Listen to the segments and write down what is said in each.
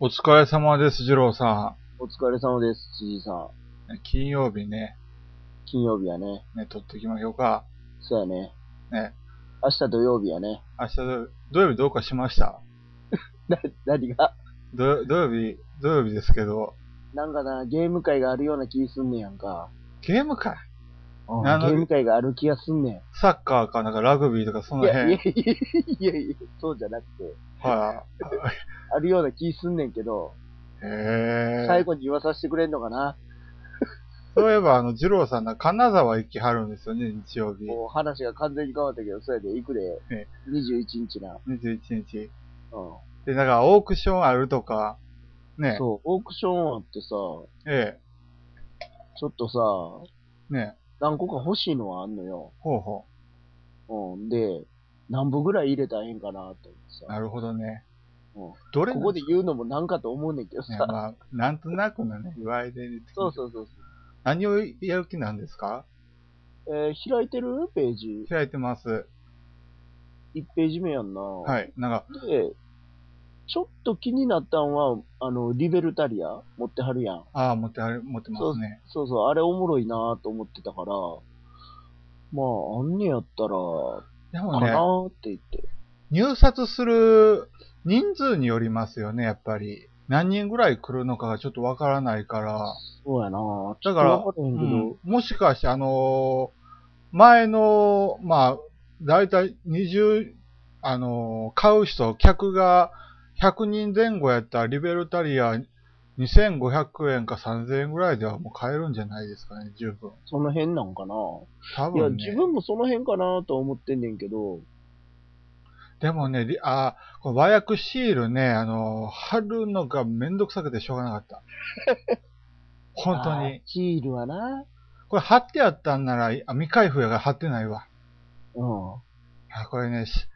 お疲れ様です、二郎さお疲れ様です、辻井さん。ん。金曜日ね、金曜日やね。ね、撮ってきましょうか。そうやね。ね、明日土曜日やね。明日土、土曜日どうかしましたな、 何が土土曜日、土曜日ですけど、なんかな、ゲーム会があるような気すんねやんか。ゲームかいうんゲなのーム会がある気がすんねサッカーかなんかラグビーとかそん。のいや、い辺、やはい、いやいやいや、そうじゃなくて、あるような気すんねんけど、へえ最後に言わさせてくれんのかな。そういえば、あの、二郎さんな、金沢行きはるんですよね、日曜日。もう話が完全に変わったけど、そうやで、行くでえ、 21日な。 21日。うん。で、なんか、オークションあるとか、ね、そう、オークションってさ、ちょえっとさ、え、ね、何個か欲しいのはあんのよ。ほうほうん。で、何本ぐらい入れたらええんかなって思ってう。さ。なるほどね。うんどれこなんこで言うのもなんかと思うねんけどね、さ。まあ、なんとなくのね、言われでそうそうそう何をやる気なんですかそう。えー開いてるページ。開いてます。 1ページ目やんな。はい。なんか、で、ちょっと気になったんは、あの、リベルタリア持ってはるやん。ああ、持ってある、持ってますね。そうそう、あれおもろいなと思ってたから、まあ、あんねやったら、でかもねな、ーって言って。入札する人数によりますよね、やっぱり。何人ぐらい来るのかがちょっとわからないから。そうやなだからちょっとわからへんけど、うんもしかして、あのー前の、まあ、だいたい20、あのー買う人、客が100人前後やったら、リベルタリア2500円か3000円ぐらいではもう買えるんじゃないですかね、十分。その辺なんかな、多いや、分ね。自分もその辺かなとは思ってんねんけど、でもね、りあー、この和訳シールね、あのー貼るのがめんどくさくてしょうがなか った。本当あーに。。シールはなこれ貼ってあったんなら、あ未開封やから貼ってないわ。うん。あ、これね、し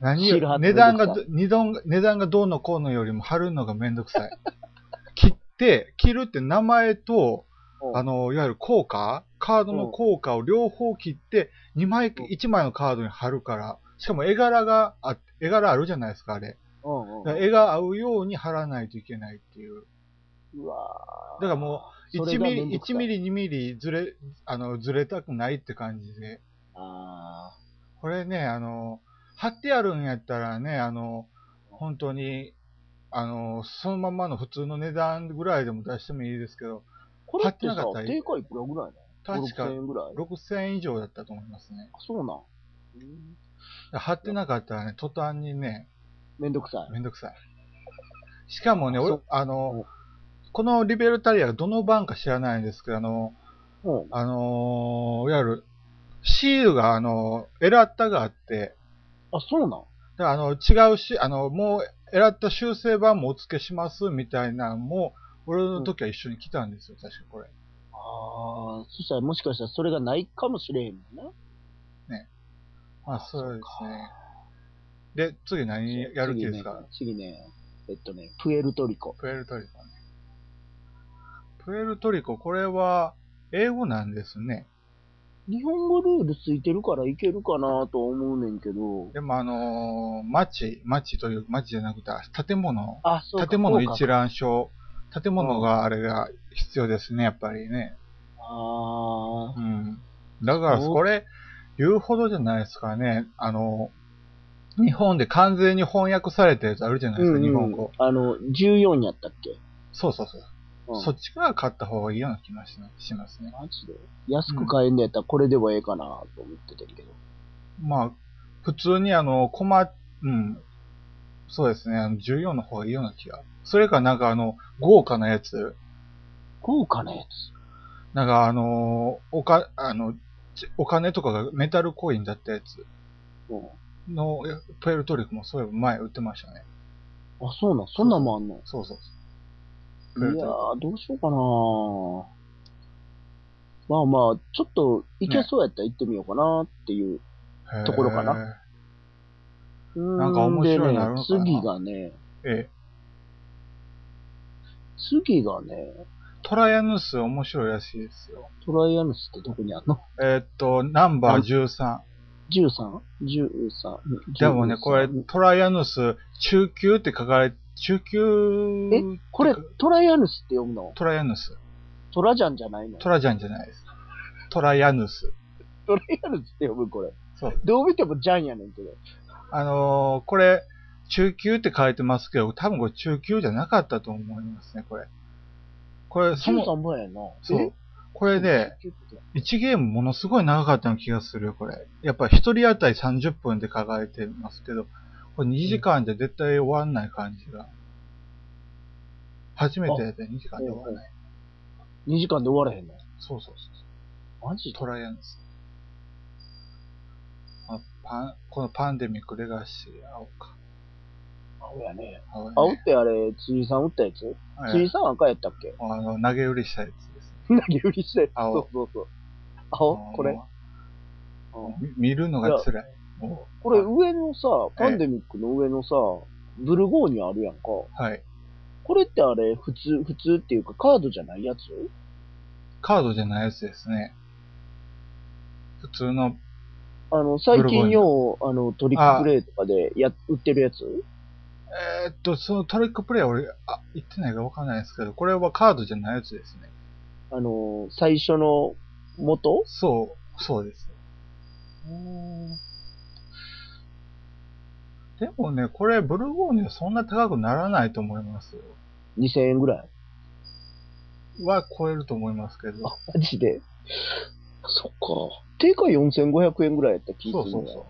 何シール貼よっ値て段がめんどどく、値段が、値段がどうのこうのよりも貼るのがめんどくさい。 切って、切るって名前と、うんあの、いわゆる効果カードの効果を両方切って、2枚、うん1枚のカードに貼るから、しかも絵柄があ、絵柄あるじゃないですか、あれ。うんだかうらん。絵が合うように貼らないといけないっていう。うわーだからもそれ1がミめんリ、どくさ1いミリ、2ミリずれ、あの、ずれたくないって感じで。あこれね、あの、貼ってあるんやったらね、あの、本当に、あの、そのまんまの普通の値段ぐらいでも出してもいいですけど、ーこれっ買てってなさかった、らいい定価いくらぐらいなの確か5、6000円ぐらい6000円以上だったと思いますね。あそうなんうん。貼ってなかったらね、途端にね、めんどくさい。めんどくさい。しかもね、そ俺う、あの、このリベルタリアがどの番か知らないんですけど、あの、うん。あのいわゆる、シールが、あの、エラッタがあって、あ、そうなんだからあの違うし、あのもう選った修正版もお付けしますみたいなのも、俺の時は一緒に来たんですよ、確かこれ。ああ、そしたらもしかしたらそれがないかもしれへんもんね。まあ、そうですね。で、次何やる気ですか、次ね、次ねえっとね、プエルトリコ。プエルトリコね。プエルトリコ、これは英語なんですね。日本語ルールついてるからいけるかなと思うねんけど。でも、あのー町、町という、町じゃなくて、建物、あ、そうか建物そうか一覧表、建物があれが必要ですね、やっぱりね。ああ、うんだから、そうこれ、言うほどじゃないですかね。あの、日本で完全に翻訳されたやつあるじゃないですか、日本語。あの、14やったっけ、そうそうそう。うん、そっちから買った方がいいような気がしなしますね。マジで安く買えんのやったらこれでもええかなと思ってたけど。まあ、普通にあの、コマ、うん。そうですね、あの14の方がいいような気が。それかなんかあの、豪華なやつ。豪華なやつ。なんかあの、おか、あの、ちお金とかがメタルコインだったやつうんの、プエルトリコもそういえば前売ってましたね。あ、そうなん、そんなんもあんのそうそういそう。やー、どうしようかなまあまあ、ちょっと、いけそうやったら行ってみようかなっていう。へーところかな。なんか面白いのあるねの、かな次がね、ええ。次がね、トライアヌス面白いらしいですよ。トライアヌスってどこにあんのえーっと、ナンバー13。 ?13?13。13でもね、これ、トライアヌス中級って書かれ19えこれ、トライアヌスって読むのトライアヌス。トラジャンじゃないのトラジャンじゃないです。トライアヌス。トライアヌスって呼ぶこれ。そう。どう見てもジャンやねんけど。あのーこれ、中級って書いてますけど、多分これ中級じゃなかったと思いますね、これ。これ、そそもそも、もやな。そえう。これで、、1ゲームものすごい長かったような気がするよ、これ。やっぱ1人当たり30分で考えてますけど、これ2時間じゃ絶対終わんない感じが。初めてで2時間で終わらない。 2時間で終わらへんのそうそうそうマジそう。トライアンです。あパン、このパンデミックレガシー、青か。青やね。青青っね。てあれ、辻井さん打ったやつはい辻井さん赤やったっけあの、投げ売りしたやつですね。投げ売りしたやつ。青そうそうそう。あ青のこれ。うんみ見るのが辛い。もうこれ上のさ、パンデミックの上のさ、ブルゴーニュあるやんか。はい。これってあれ、普通、普通っていうかカードじゃないやつカードじゃないやつですね。普通のあの、最近よう、あの、トリックプレイとかでや、売ってるやつえーっと、そのトリックプレイは俺、あ、言ってないかわかんないですけど、これはカードじゃないやつですね。あの、最初の元そう、そうです。でもね、これ、ブルゴーニュそんな高くならないと思いますよ。 2000円ぐらい。は超えると思いますけど。あ、マジで。そっか。定価4500円ぐらいやった気そがうすそうるんだそうよ。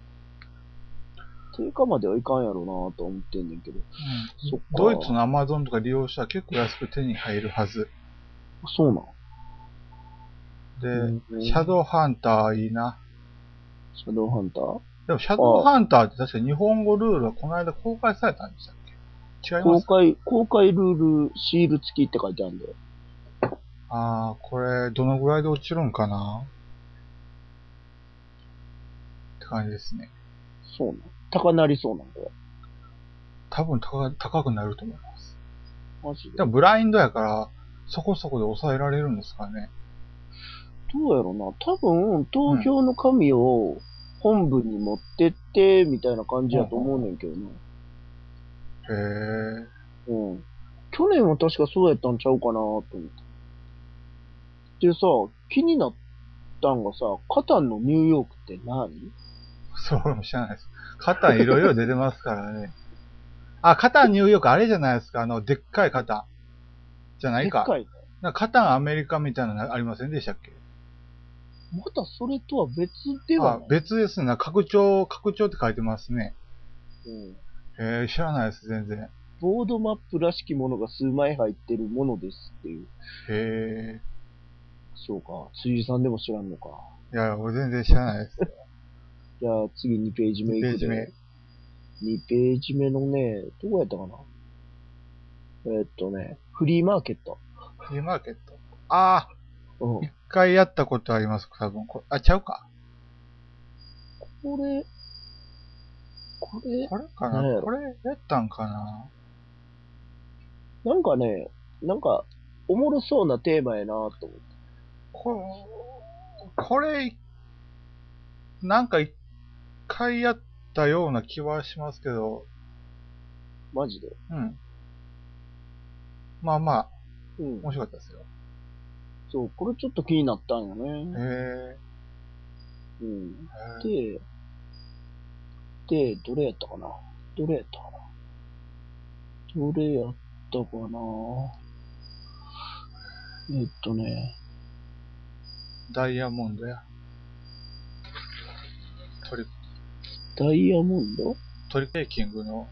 定価まではいかんやろうなと思ってんねんけど。うんそっかドイツのアマゾンとか利用したら結構安く手に入るはず。そうなん。で、うんシャドウハンターいいな。シャドウハンターでも、シャドウハンターって確か日本語ルールはこの間公開されたんでしたっけ違いま公す開、公開ルール、シール付きって書いてあるんで。ああ、これ、どのぐらいで落ちるんかなって感じですね。そうなん。高なりそうなんだよ。多分高高くなると思います。マジで。でどもブラインドやから、そこそこで抑えられるんですかね。うやろな。多分、投票の紙を本部に持ってって、みたいな感じやと思うねんけどな。へえ。うん。去年は確かそうやったんちゃうかなと思って。でさ、気になったんがさ、カタンのニューヨークって何そう、俺も知らないです。肩いろいろ出てますから ね。あ、肩ニューヨーク、あれじゃないですか。あの、でっかい肩。じゃなでいっか。かいね。なんか肩アメリカみたいなのありませんでしたっけまたそれとは別ではあない。別ですね。拡張、拡張って書いてますね。うんへえ、知らないです、全然。ボードマップらしきものが数枚入ってるものですっていう。へえ。そうか。辻井さんでも知らんのか。いや、俺全然知らない です。じゃあ次2ページ目い2ペーくで。ジ目。 2ページ目のね、どこやったかなえーっとね、フリーマーケット。フリーマーケット。ああ、うん。 一回やったことあります、多分。これあ、ちゃうか。これ、これ、これかねな。えこれやったんかな。なんかね、なんか、おもろそうなテーマやなと思って。これ、これ、なんか一回やったような気はしますけど、マジで。うん。まあまあ、うん。面白かったですよ。そう、これちょっと気になったんよへね。え。うん。へえで、で、どれやったかなどれやったかなどれやったかなえっとね、ダイヤモンドや。トリ、ダイヤモンドトリペイキングの、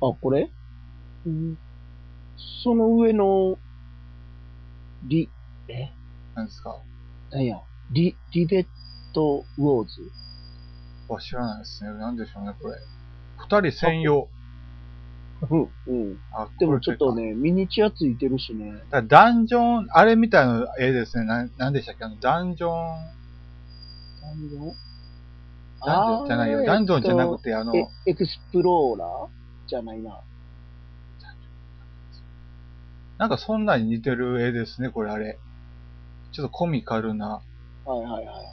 あ、これうん。その上の、リ、えなんですか。なんや、リ、リベットウォーズ。は知らないですね。なんでしょうね、これ。二人専用。うん。うん。あ、でこもれちょっとね、ミニチュアついてるしね。だからダンジョン、あれみたいな絵ですね。ななんでしたっけあの、ダンジョン、ダンジョンダンジョンじゃないよ。ダンジョンじゃなくて、あの、えエクスプローラーじゃないな。なんかそんなに似てる絵ですね、これあれ。ちょっとコミカルな。はいはいはい。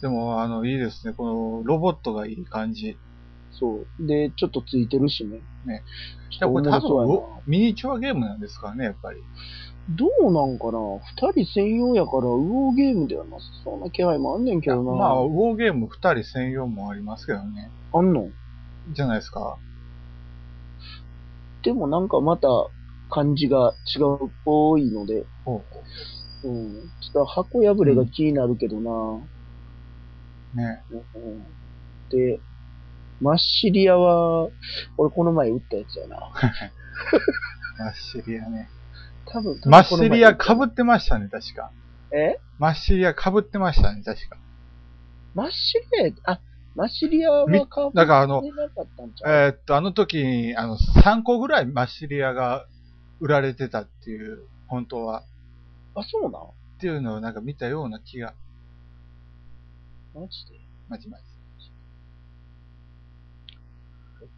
でも、あの、いいですね。このロボットがいい感じ。そう。で、ちょっとついてるしね。ね。ちでょっことれ多面白いな分、ミニチュアゲームなんですからね、やっぱり。どうなんかな二人専用やから、ウオーゲームではなさそうな気配もあんねんけまあ、どウな。ォーゲーム2人専用もありますけどね。あ、んのじゃないですか。でもなんかまた感じが違うっぽいので、ほうん。ちょっと箱破れが気になるけどな。うね。うんで、マッシリアは、俺この前打ったやつやな。マッシリアね。多分、多分マッシリアこ被の前打ったってましたね、確か。えマッシリア被ってましたね、確か。マッシリアや、あ、マッシリアはみカーブだからあの出なかったんちゃうえーっと、あの時に、あの、3個ぐらいマッシリアが売られてたっていう、本当は。あ、そうなっていうのをなんか見たような気が、んマジで。まじまじ。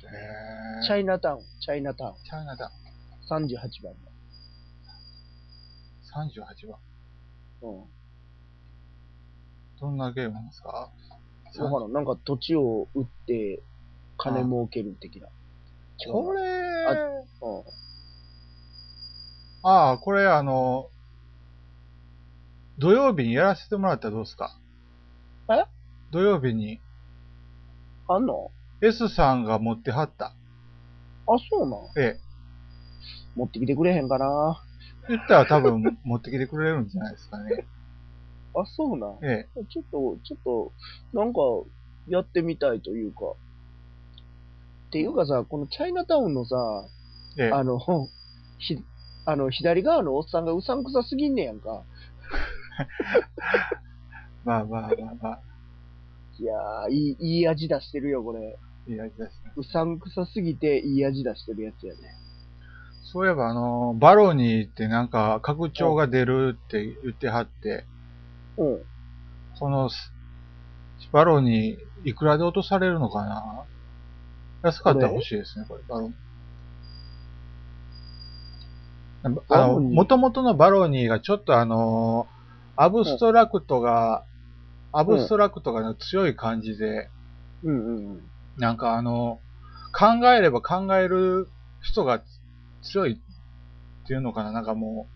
えー、チャイナタウン、チャイナタウン、チャイナだ。 38番38番。の。うん。どんなゲームなんですかだからんなんか土地を売って金儲ける的な。これ、うん。ああ、これあの、土曜日にやらせてもらったらどうですかえ土曜日にあんの S さんが持ってはった。あ、そうなんええ。持ってきてくれへんかな言ったら多 分持ってきてくれるんじゃないですかね。あ、そうなんええ。ちょっと、ちょっと、なんか、やってみたいというか。っていうかさ、このチャイナタウンのさ、ええ。あの、ひ、あの、左側のおっさんがうさんくさすぎんねやんか。まあまあまあまあ。いやー、いい、いい味出してるよ、これ。いい味ですね。うさんくさすぎて、いい味出してるやつやね。そういえばあの、バロニーってなんか拡張が出るって言ってはって、うん。このス、バロニーいくらで落とされるのかな安かったら欲しいですね、これ、バロニー。あバの、ロニー元々のバロニーがちょっとあのーアブストラクトが、アブストラクトがね強い感じで、うんうんうん。なんかあの、考えれば考える人が強いっていうのかななんかも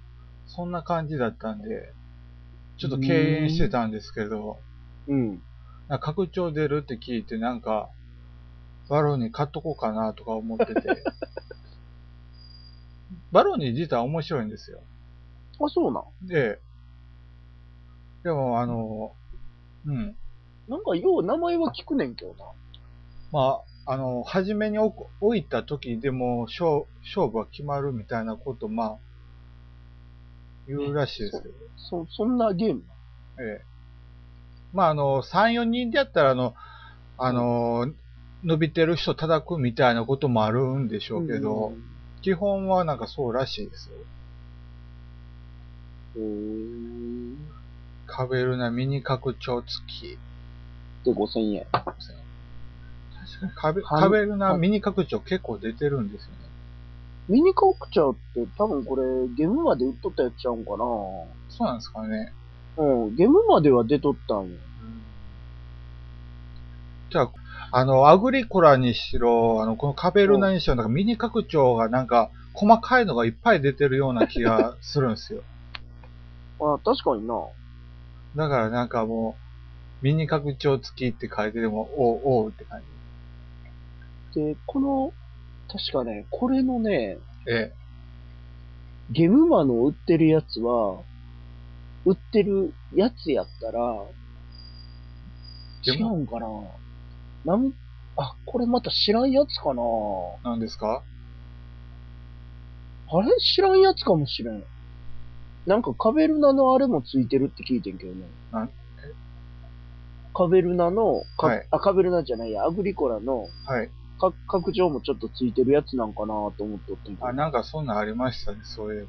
う、そんな感じだったんで、ちょっと敬遠してたんですけど、うん。なんか拡張出るって聞いて、なんか、バロニー買っとこうかなとか思 ってて。バロニー自体面白いんですよ。あ、そうなん。で、でもあの、うん。なんか、よう名前は聞くねんけどな。まあ、あの、初めに置く置いた時でも勝勝負は決まるみたいなこと、まあ、言うらしいですけど。そ、そんなゲームええ。まあ、あの、3、4人でやったら、あの、あの、伸びてる人叩くみたいなこともあるんでしょうけど、基本はなんかそうらしいですよ。うんうん。へカベルナミニ拡張付き。ー。で、5000円。確かにカベはいカベルナミニ拡張結構出てるんですよね。ミニカオクチャーって多分これゲームまで売っとったやつちゃうんかなそうなんですかね。うん、ゲームまでは出とったんよ。じゃあ、あの、アグリコラにしろ、あの、このカベルナにしろ、なんかミニ拡張がなんか、細かいのがいっぱい出てるような気がするん ですよ。あ、確かにな。だからなんかもう、ミニ拡張付きって書いてでも、おう、おうって感で、この、確かね、これのね、じ。えゲムマの売ってるやつは、売ってるやつやったら、ゲ違ムうんかななん、あ、これまた知らんやつかなえ、なんですかあれ知らんやつかもしれん。なんかカベルナのあれもついてるって聞いてんけどねなん。カベルナの、かはいあ、カベルナじゃないや、アグリコラのはい。か拡張もちょっとついてるやつなんかなと思っとってんけどあ、なんかそんなんありましたね、そういえ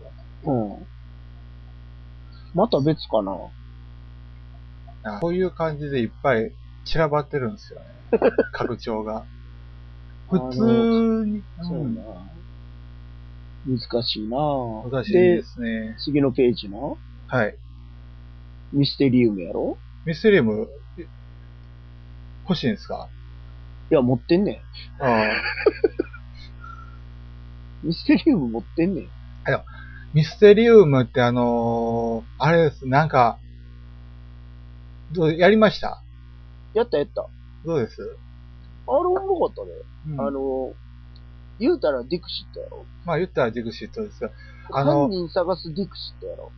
ば。うん。また別かなあこういう感じでいっぱい散らばってるんですよ ね。拡張が。普通に。そううんな。難しいな難しいでで、すね。次のページなはい。ミステリウムやろミステリウム、え欲しいんですかいや、持ってんねうんん。ミステリウム持ってんねん。ミステリウムってあのーあれです、なんか、どうやりましたやったやった。あどうです、れおもろかったね。うんあの、言うたらディクシットやろ。まあ言ったらジグシットですよ。あの犯人探すディクシットやろ。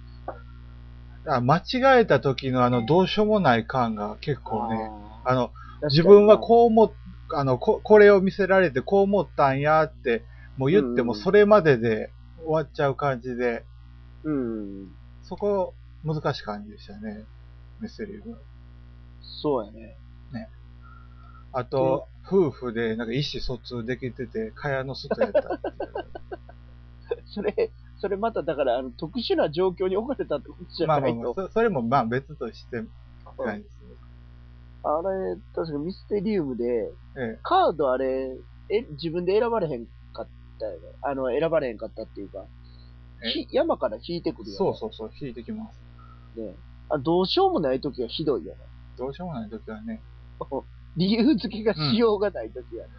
あ間違えた時のあの、どうしようもない感が結構ね、あーあの、確かに自分はこう思っ、あの、ここれを見せられてこう思ったんやって、もう言ってうもんうんそれまでで終わっちゃう感じで、うん。そこ、難しい感じでしたね。ミステリウム。そうやね。あと、夫婦でなんか意思疎通できてて、蚊帳の外やったっていう。それ、それまただから、あの、特殊な状況に置かれたって ことじゃまあまなあいまあと。そ、それもまあ別としてないですね。あれ、確かミステリウムで、えカードあれ、え、自分で選ばれへんかったよね。あの、選ばれへんかったっていうか、えひ山から引いてくるえ、よ、ね。そうそうそう、引いてきます。う。ね、あどうしようもない時はひどいよね。 どうしようもない時はね。理由付けがしようがない時はね。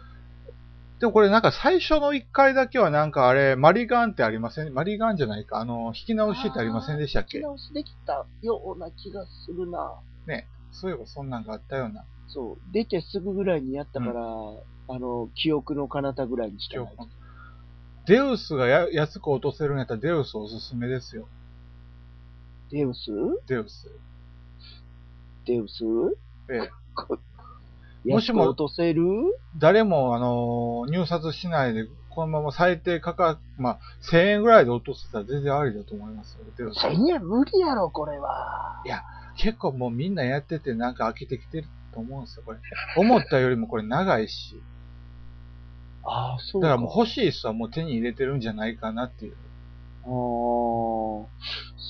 でもこれなんか最初の1回だけはなんかあれ、マリガンってありませんマリガンじゃないか。あの、引き直しってありませんでしたっ引きけ直しできたような気がするな。そういえばそんなんがあったようなそう。出てすぐぐらいにやったから、あの、記憶の彼方ぐらいにし記かな憶い。。デウスがや安く落とせるんやったらデウスおすすめですよ。デウスデウス。デウスええももししもも落とせる誰も、あのー入札しないで、このまま最低価格、まあ、1000円ぐらいで落とせたら全然ありだと思いますよ。デウス。 ?1000 円無理やろ、これは。結構もうみんなやっててなんか飽きてきてると思うんですよ、これ。思ったよりもこれ長いし。ああ、そだかうらか。もう欲しい人はもう手に入れてるんじゃないかなっていう。ああ、そ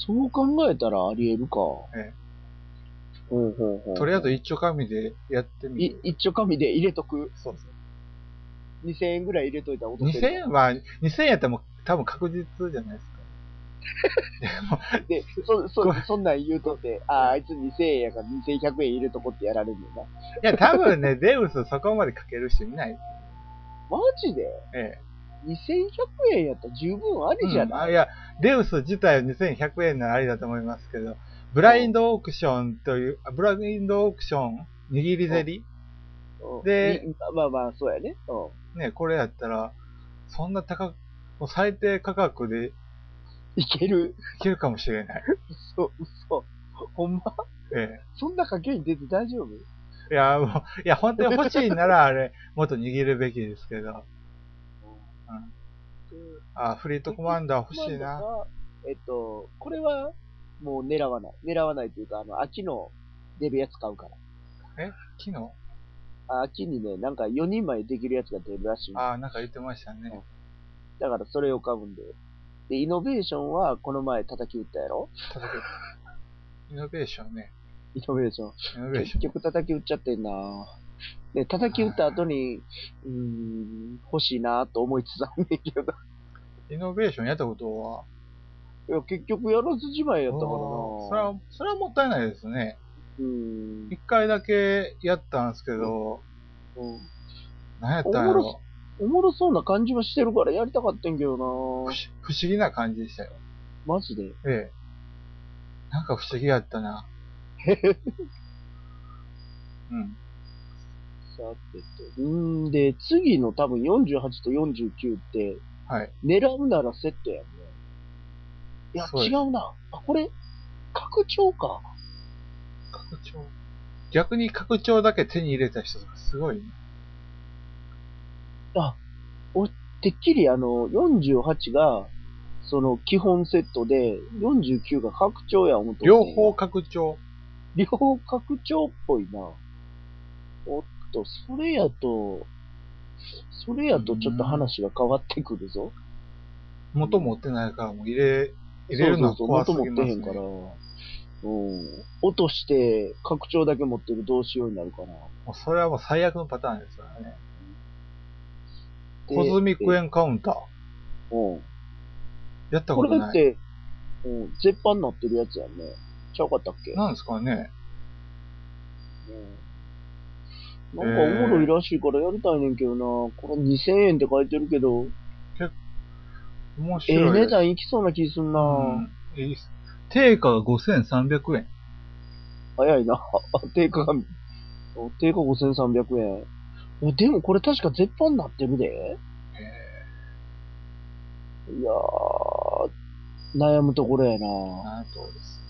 う考えたらあり得るか。ええほうほうほう。とりあえず一丁紙でやってみいる。一丁紙で入れとく。そうそう。 2000円ぐらい入れといたら落とせ2000る。円は、2000円やったらもう多分確実じゃないですか。 で、そ、そご、そんなん言うとって、ああ、あいつ2000円やから2100円入れとこってやられるんだよな。いや、多分ね、デウスそこまでかける人いない。マジでええ。 2100円やったら十分ありじゃうんなあい、いや、デウス自体は2100円ならありだと思いますけど、ブラインドオークションという、あブラインドオークション、握りゼリうんでにまあまあ、そうやね。うん。ね、これやったら、そんな高く、もう最低価格でいいける。 けるかもしれない。嘘、嘘。ほんまえそんな賭けに出て大丈夫え。いや、もう、いや、本当に欲しいなら、あれ、もっと握るべきですけど。あ、フリートコマンダー欲しいな。。えっと、これは、もう狙わない。狙わないというか、あの、秋の出るやつ買うから。え昨日あ秋にね、なんか4人前できるやつが出るらしいんであ、なんか言ってましたね。だからそれを買うんで。で、イノベーションはこの前叩き打ったやろ叩けイノベーションね。イノベーション。イノベーシ結ョン。局叩き打っちゃってんなで、叩き打った後に、うーん、欲しいなと思いつつあんねんけど。イノベーションやったことは、いや、結局やらずじまいやったからなおーそれは、それはもったいないですね。うーん。一回だけやったんですけど、うん何やったんやおもろ。おもろそうな感じはしてるからやりたかったんけど不な思不思議な感じでしたよ。マジで。ええ。なんか不思議やったな。うん。さてと。うーん、で、次の多分48と49って、はい。狙うならセットやんね。いや、そう違ですうな。あ、これ、拡張か。拡張。逆に拡張だけ手に入れた人とかすごいね。てっきりあの、48が、その基本セットで、49が拡張や思っとって両方拡張。両方拡張っぽいな。おっと、それやと、それやとちょっと話が変わってくるぞ。元持ってないからもう入れ、入れるのはそう怖すそうそうぎ元ま持すってへんから。ね。うん。落として、拡張だけ持ってるどうしようになるかな。もうそれはもう最悪のパターンですからね。でコズミックエえンカウンター。うん。やったこことれだっない。て、うん、絶版になってるやつやんね。ちゃうかったっけなんですかね。うんなんかおもろいらしいからやりたいねんけどな。これ2000円って書いてるけ面ど、ええ白いです。値段いきそうな気すんな。うんえいっす定価が5300円。早いな。 定価が、お定価5300円。おでもこれ確か絶版になってるで。いやー、悩むところやな。なんとです。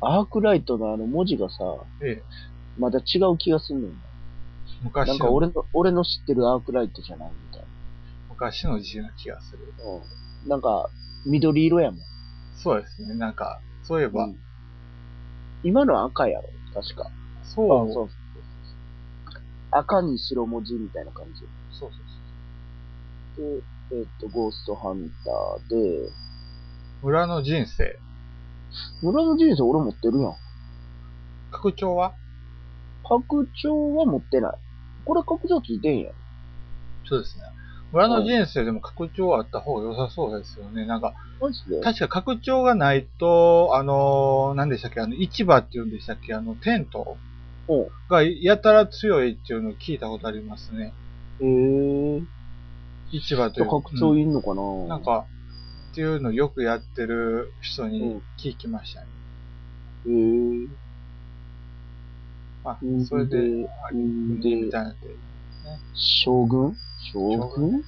アークライトのあの文字がさ、ええまた違う気がすんねんな。昔なんかの、俺の、俺の知ってるアークライトじゃないみたい昔の字な気がする。な。うん。なんか、緑色やもん。そうですね。なんか、そういえば、うん今のは赤やろ、確か。そうそうあそう赤に白文字みたいな感じ。そうそうで、えっと、ゴーストハンターで、村の人生。村の人生俺持ってるやん。拡張は拡張は持ってない。これ拡張ついてんやん。そうですね。村の人生でも拡張あった方が良さそうですよね。なんか、マジで確か拡張がないと、あのー、何でしたっけ、あの、市場っていうんでしたっけ、あの、テントおうがやたら強いっていうのを聞いたことありますね。へえ。市場とじいゃうあ拡張いんのかな、うんなん、か、っていうのをよくやってる人うにん聞きましたね。へえ。あう、んそれで、であうんでみたいなんで。将軍将将軍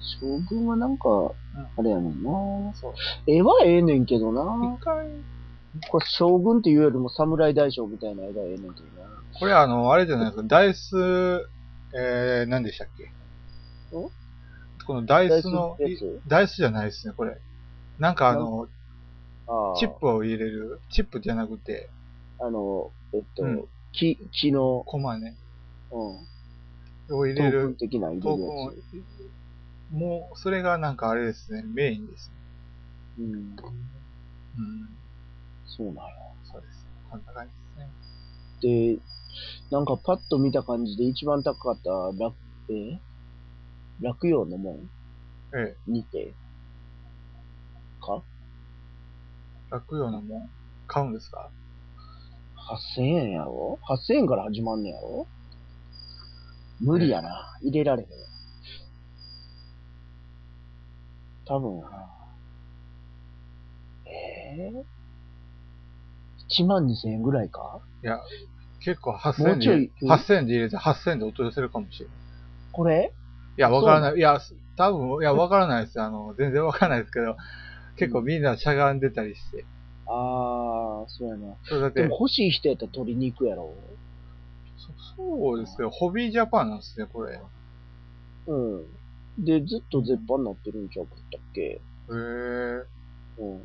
将軍はなんか、あれやねんな。そう。絵はええねんけどな一。回、これ将軍っていうよりも侍大将みたいな絵がええねんけどな。これあの、あれじゃないですか、ダイス、えー、何でしたっけこのダイスの、ダイスのやダイスじゃないですね、これ。なんかあの、あーチップを入れる、チップじゃなくて、あの、えっと、うん木、木の、コマね、うん、を入トれークンる、的な入トれーるクやンを、もう、それがなんかあれですね、メインですね。つ。うん。うん、そうなんや。そうです。こんな感じですね。で、なんかパッと見た感じで一番高かった楽、え落葉の門ええ、にて、か楽ようなもん、買うんですか ?8000 円やろ ?8000 円から始まんねやろ無理やな。入れられへん。多分な。ええ1万2000円ぐらいか結構も8000う円ちょいで、8000円で入れて8000円で落とせるかもしれない。これいや、わからない。いや、多分、いや、わからないです。あの、全然わからないですけど、結構みんなしゃがんでたりして。ああ、そうやな。それだっでても、欲しい人やったら取りに行くやろ。そそうですけど、ホビージャパンなんですね、これ。へうん。で、ずっと絶版になってるんちゃうかったっけえ。ううん。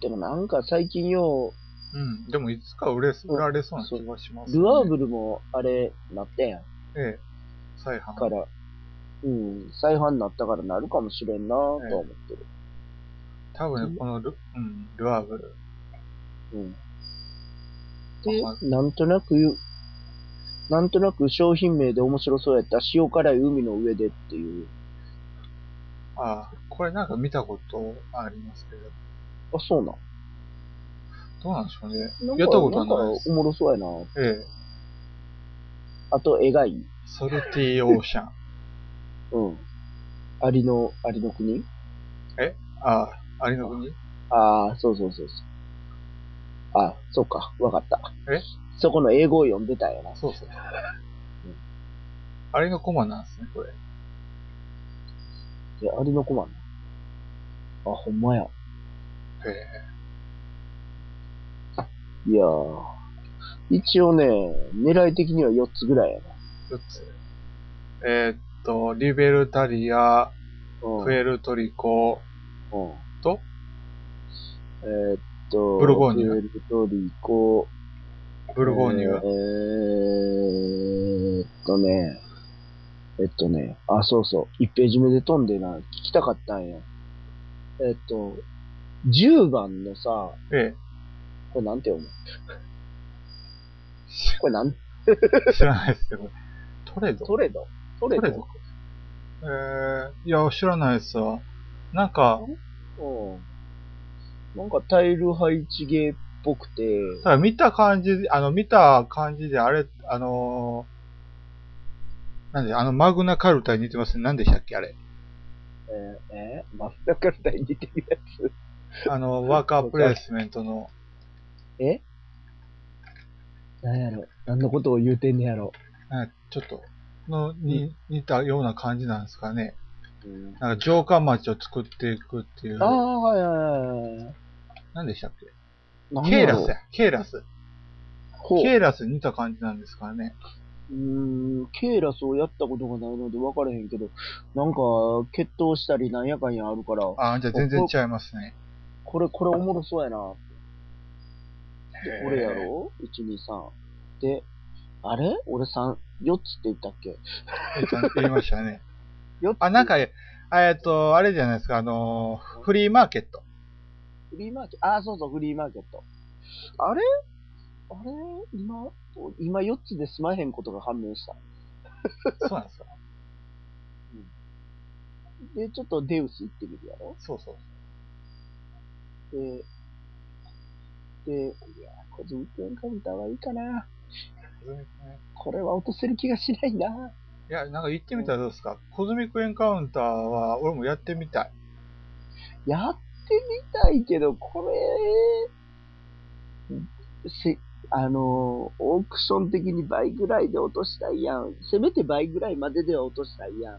でもなんか最近よん。でも、いつか売れす、うん売られそうな気がします、う、ルアーブルもあれ、なったやん。ええ。再販。から、うん、再販になったからなるかもしれんなとは思ってる。多分ね、このル、うん、ルアーブル。うん。あで、なんとなく、なんとなく商品名で面白そうやった塩辛い海の上でっていう。ああ、これなんか見たことありますけど、あ、そうなん。どうなんでしょうなねん。かやったことはなんかないですお。もろそうやなええ。あと、絵がいい。ソルティーオーシャン。うん。アリの、アリの国ああ、ありの国ああ、そうそうそうそう。あ、そうか、わかった。えそこの英語を読んでたんやな。そうそう。あれがコマなんですね、これ。で、アリのコマンあ、ほんまや。へえ。いやー。一応ね、狙い的には4つぐらいやな。 4つ。えーっと、リベルタリア、うん。プエルトリコ、うんとえーっと、ブルゴーニュプエルトリコ、ブルゴーニえュ、ー、えーっとね、えっとね、あ、そうそう、1ページ目で飛んでな、聞きたかったんや。えっと、10番のさ、えこれなんて読む これなん、え、知らないですけど、トレドトレドトレトドレドかえー、いや、知らないですわ。なんか、うん。なんかタイル配置ゲーっぽくて、だから見た感じ、あの、見た感じで、あれ、あのーなんで、あの、マグナカルタに似てますね。何でしたっけ、あれ。えー、えー、マスターカルタに似てるやつ。あの、 ワーカープレイスメントの、え何やろ何のことを言うてんねやろ。なんかちょっと、の、に、似たような感じなんですかね。うん、なんか、城下町を作っていくっていうあ。あ、はいはいはいはい。何でしたっけ何ケイやラろスや。ケイラス。ほうケイラスに似た感じなんですからね。うーん、ケイラスをやったことがないので分からへんけど、なんか、決闘したりなんやかんやあるから、ああ、じゃあ全然違いますね。これ、これおもろそうやな。で、俺やろ ?1、2、3。で、あれ俺3、4つって言ったっけえーちゃんと言いましたね。 ?4 つ。あ、なんか、えっと、あれじゃないですか、あのー、フリーマーケット。フリーマーケット。あ、そうそう、フリーマーケット。あれあれ今、今4つで済まへんことが判明した。そうなんですか。で、ちょっとデウス行ってみるやろそうそう。で、で、いや、個人分カウンターはいいかな。これは落とせる気がしないな。いや、なんか行ってみたらどうですかコズミックエンカウンターは、俺もやってみたい。やってみたいけど、これ、せ、あのー、オークション的に倍ぐらいで落としたいやん。せめて倍ぐらいまででは落としたいやん。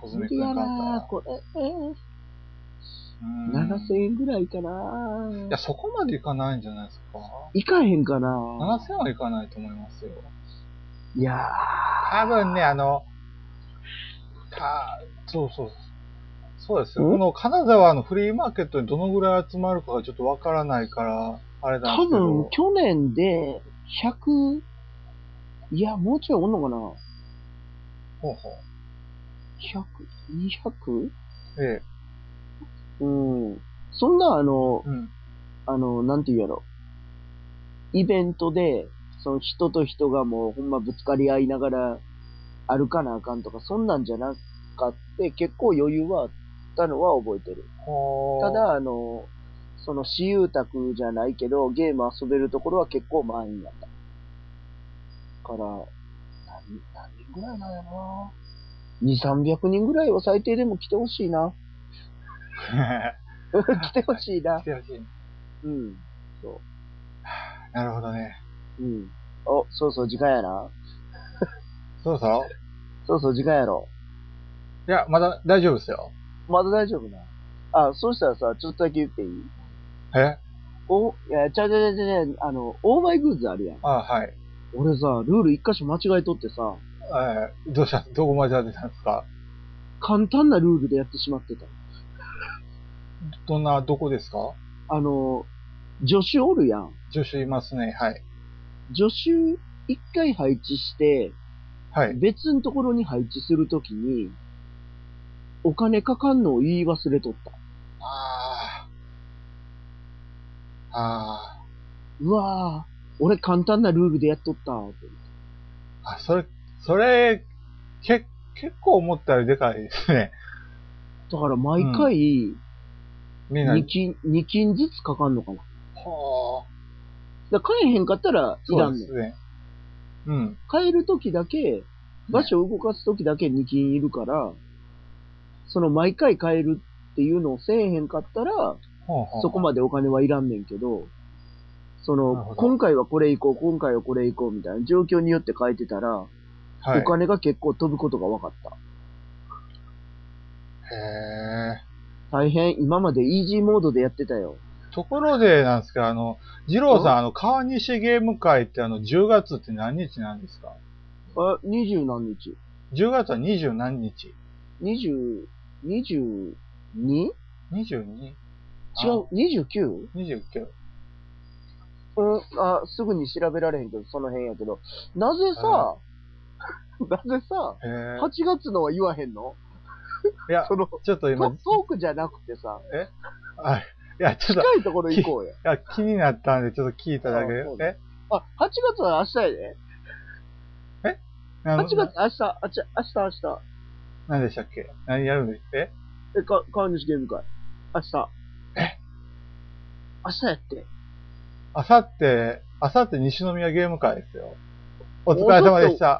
コズミ無ック理エンカウやンターなは。これ、えうー、ん7000円ぐらいかないや、そこまでいかないんじゃないですか。いかへんかな7000はいかないと思いますよ。いや多分ね、あの、た、そうそうそう。そうですよ。んこの金沢のフリーマーケットにどのぐらい集まるかがちょっとわからないから、あれー、なんで多すけど。分去年で100、いや、もうちょいおんのかなほうほう。 100、200? ええ。うん。そんな、あの、うん。あの、なんて言うやろ。イベントで、その人と人がもうほんまぶつかり合いながら歩かなあかんとか、そんなんじゃなかって、結構余裕はあったのは覚えてる。ほーた、だ、あの、その私有宅じゃないけど、ゲーム遊べるところは結構満員やった。から、何、何人ぐらいなんやろな。2、300人ぐらいは最低でも来てほしいな。 来てほしいな来。てほしいうん。そう。なるほどね。うん。お、そうそう、時間やな。そうそう。そうそう、時間やろ。いや、まだ大丈夫ですよ。まだ大丈夫な。あ、そうしたらさ、ちょっとだけ言っていいえお、いや、ちゃうちゃうちゃうちゃう、あの、オーマイグッズあるやん。あはい。俺さ、ルール一箇所間違えとってさ、ええどうしたどこまで当てたんですか簡単なルールでやってしまってた。どんな、どこですかあの、助手おるやん。助手いますね。はい。助手一回配置して、はい。別のところに配置するときに、お金かかんのを言い忘れとった。ああ。あうわぁ、俺簡単なルールでやっとった。ってあ。あ、それ、それ、け、結構思ったよりでかいですね。だから毎回、みんな二、金、二金ずつかかんのかな。はあ。だから買えへんかったら、いそらうんでねんす。ね。うん。買えるときだけ、場所を動かすときだけ二金いるから、その毎回買えるっていうのをせえへんかったら、ほうほうそこまでお金はいらんねんけど、そなるほの、ど今回はこれ行こう、今回はこれ行こうみたいな状況によって変えてたら、はい。お金が結構飛ぶことが分かった。へえ。大変、今までイージーモードでやってたよ。ところでなんですけど、あの、二郎さん、あの、川西ゲーム会ってあの、10月って何日なんですかあ、二十何日 ?10 月は二十何日二十、二十二 ?22? 違う、29? 29? うん、あ、すぐに調べられへんけど、その辺やけど。なぜさ、なぜさ、へえ。 8月のは言わへんのいやそ、の、ちょっと今ト、トークじゃなくてさ、あいや、ちょっと近、いところ行こうや。いや、気になったんで、ちょっと聞いただけあそう。えあ、8月は明日やで。な8月、明日、あちゃ明日、明日。何でしたっけ何やるんですっけえ、か、川西ゲーム会。明日。明日やって。あさって、あさって西宮ゲーム会ですよ。お疲れ様でした。